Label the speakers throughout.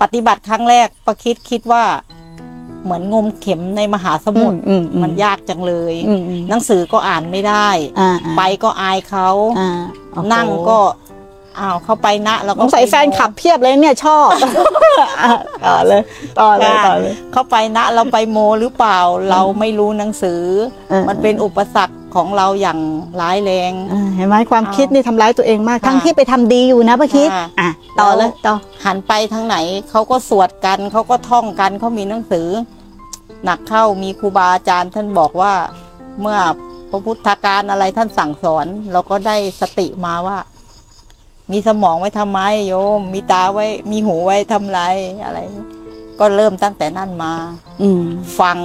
Speaker 1: ปฏิบัติครั้งแรกประคิดคิดว่า เหมือนงมเข็มในมหาสมุทร
Speaker 2: อือื
Speaker 1: มันยากจังเลย
Speaker 2: อืมอืม
Speaker 1: หนังสือก็อ่านไม่ได้
Speaker 2: อ่าอ่า
Speaker 1: ไปก็อายเขา
Speaker 2: อ่าโอ้โห
Speaker 1: นั่งก็อ้าวเข้าไปนะแล้ว
Speaker 2: ส
Speaker 1: ก็
Speaker 2: งสัยแฟนขับเพียบเลยเนี่ยชอบอ่ะต่อเลยต่อเลยต่อเลย
Speaker 1: เข้าไปนะเราไปโมหรือเปล่าเราไม่รู้หนังสือ
Speaker 2: เออ
Speaker 1: มันเป็นอุปสรรคของเราอย่างร้ายแรง
Speaker 2: อ่าเห็นไหมความ
Speaker 1: เอา
Speaker 2: คิดนี่ทำร้ายตัวเองมาก
Speaker 1: ค่ะ
Speaker 2: ทั้งที่ไปทำดีอยู่นะป้าคิด
Speaker 1: ค่ะ
Speaker 2: อ่ะต่อ
Speaker 1: แล้ว
Speaker 2: เลยต่อ
Speaker 1: หันไปทางไหนเขาก็สวดกันเขาก็ท่องกันเขามีหนังสือ หนักเข้ามีครูบาอาจารย์ท่านบอกว่า เมื่อพระพุทธการอะไรท่านสั่งสอน เราก็ได้สติมาว่า มีสมองไว้ทำไมโยม มีตาไว้ มีหูไว้ทำไรอะไร ก็เริ่มตั้งแต่นั่นมา
Speaker 2: อืม
Speaker 1: ฟัง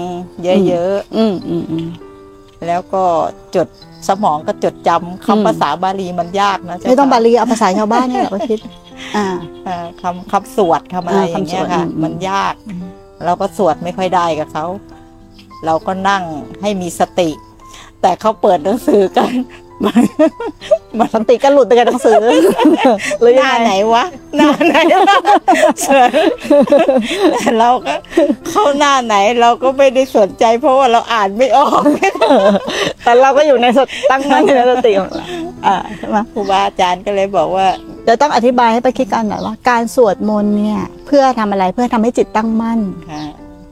Speaker 1: เยอะ
Speaker 2: อืมอืมอืม
Speaker 1: ๆ แล้วก็จดสมองก็จดจำ
Speaker 2: อืม
Speaker 1: คำภาษาบาลีมันยากนะเจ้
Speaker 2: ไม่ต้อง
Speaker 1: ค่ะ
Speaker 2: บาลีเอาภาษาชาวบ้านเนี่ย แหละป้าคิด อ่า
Speaker 1: เอ่อคำคำสวดคำอะไรอ
Speaker 2: อ่า
Speaker 1: ย่าง
Speaker 2: คำสวด
Speaker 1: เงี้ยค่ะ
Speaker 2: อืม
Speaker 1: มันยาก
Speaker 2: อืม
Speaker 1: เราก็สวดไม่ค่อยได้กับเขา เราก็นั่งให้มีสติ แต่เขาเปิดหนังสือกัน มันมัน
Speaker 2: สติก็หลุดไปกับหนังสือ หรือ
Speaker 1: ห
Speaker 2: ยั
Speaker 1: น้าง ไหน
Speaker 2: ไง
Speaker 1: วะหน้าไหน สวดเราก็เข้าหน้าไหนเราก็ไม่ได้สนใจ เพราะว่าเราอ่านไม่ออก
Speaker 2: แต่เราก็อยู่ในสติตั้งมั่นอยู่ในสติของเราอ่าใช่ไหม
Speaker 1: ครูบาอาจารย์ก็เลยบอกว่า
Speaker 2: เดี๋ยวต้องอธิบายให้ไปคิดกันหน่อยว่าการสวดมนต์เนี่ยเพื่อทำอะไรเพื่อทำให้จิตตั้งมั่น
Speaker 1: ค่ะ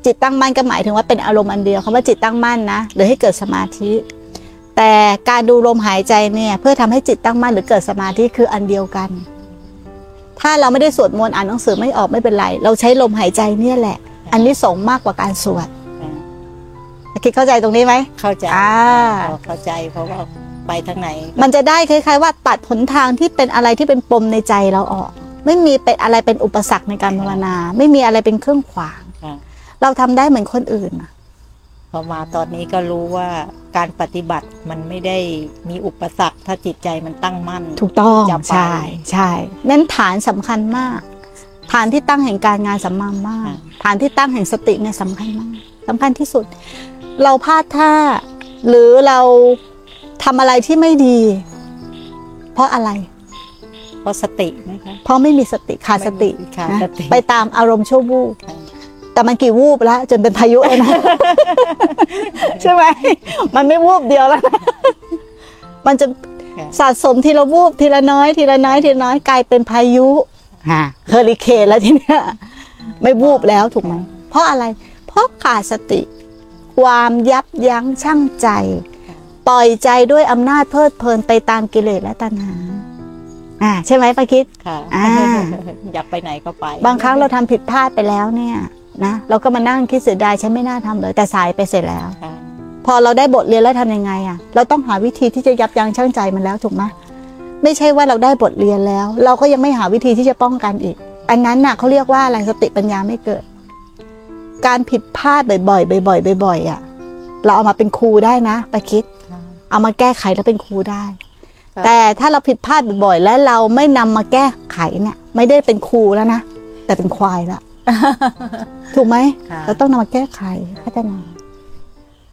Speaker 2: จิตตั้งมั่นก็หมายถึงว่าเป็นอารมณ์อันเดียวคำว่าจิตตั้งมั่นนะหรือให้เกิดสมาธิ แต่การดูลมหายใจเนี่ยเพื่อทำให้จิตตั้งมั่นหรือเกิดสมาธิคืออันเดียวกัน ถ้าเราไม่ได้สวดมนต์อ่านหนังสือไม่ออกไม่เป็นไร เราใช้ลมหายใจเนี่ยแหละ อันนี้ส่งส์มากกว่าการสวดคิดเข้าใจตรงนี้ไหม
Speaker 1: เข้าใจ
Speaker 2: อ่า
Speaker 1: พอเข้าใจเพราะว่าไปทางไหน
Speaker 2: มันจะได้คล้ายๆ ว่าตัดหนทางที่เป็นอะไรที่เป็นปมในใจเราออก ไม่มีเป็นอะไรเป็นอุปสรรคในการภาวนา ไม่มีอะไรเป็นเครื่องขวาง
Speaker 1: ค่ะ
Speaker 2: เราทำได้เหมือนคนอื่นน่ะ
Speaker 1: พอมาตอนนี้ก็รู้ว่าการปฏิบัติมันไม่ได้มีอุปสรรคถ้าจิตใจมันตั้งมั่น
Speaker 2: ถูกต้อง
Speaker 1: จะไป
Speaker 2: ใช่ใช่นั้นฐานสำคัญมาก ฐานที่ตั้งแห่งการงานสำมามาก
Speaker 1: ค่ะ
Speaker 2: ฐานที่ตั้งแห่งสติเนี่ยสำคัญมากสำคัญที่สุด เราพลาดท่า หรือเราทำอะไรที่ไม่ดี เพราะอะไร
Speaker 1: เพราะสตินะคะ
Speaker 2: เพราะไม่มีสติขาดสติ
Speaker 1: ขาด
Speaker 2: นะ
Speaker 1: สติ
Speaker 2: ไปตามอารมณ์ชั่ววูบ
Speaker 1: ค่ะ
Speaker 2: แต่มันกี่วูบแล้วจนเป็นพายุแล้วนะ ใช่ไหมมันไม่วูบเดียวแล้วนะมันจะสะสมทีละวูบทีละน้อยทีละน้อยทีละน้อยกลายเป็นพายุเฮอริเคนแล้วทีเนี้ยไม่วูบแล้วถูกไหมเพราะอะไร เพราะขาดสติ ความยับยั้งชั่งใจ ปล่อยใจด้วยอำนาจเพลิดเพลินไปตามกิเลสและตัณหา อ่า ใช่ไหมปาคิด
Speaker 1: ค่ะ
Speaker 2: อ่า
Speaker 1: อยากไปไหนก็ไป
Speaker 2: บางครั้งเราทำผิดพลาดไปแล้วเนี่ยนะเราก็มานั่งคิดเสียดายฉันไม่น่าทำเลยแต่สายไปเสร็จแล้ว
Speaker 1: ค่ะ
Speaker 2: พอเราได้บทเรียนแล้วทำยังไงอ่ะ เราต้องหาวิธีที่จะยับยั้งชั่งใจมันแล้วถูกไหมไม่ใช่ว่าเราได้บทเรียนแล้ว เราก็ยังไม่หาวิธีที่จะป้องกันอีก อันนั้นน่ะเขาเรียกว่าอะไรสติปัญญาไม่เกิด การผิดพลาดบ่อยๆบ่อยๆบ่อยๆอ่ะ เราเอามาเป็นครูได้นะไปคิด
Speaker 1: ค่ะ
Speaker 2: เอามาแก้ไขแล้วเป็นครูได้
Speaker 1: ครับ
Speaker 2: แต่ถ้าเราผิดพลาดบ่อยๆ และเราไม่นำมาแก้ไขเนี่ย ไม่ได้เป็นครู แล้วนะ แต่เป็นควายละ ถูกไหม
Speaker 1: ค่ะ
Speaker 2: เราต้องนำมาแก้ไขพัฒนา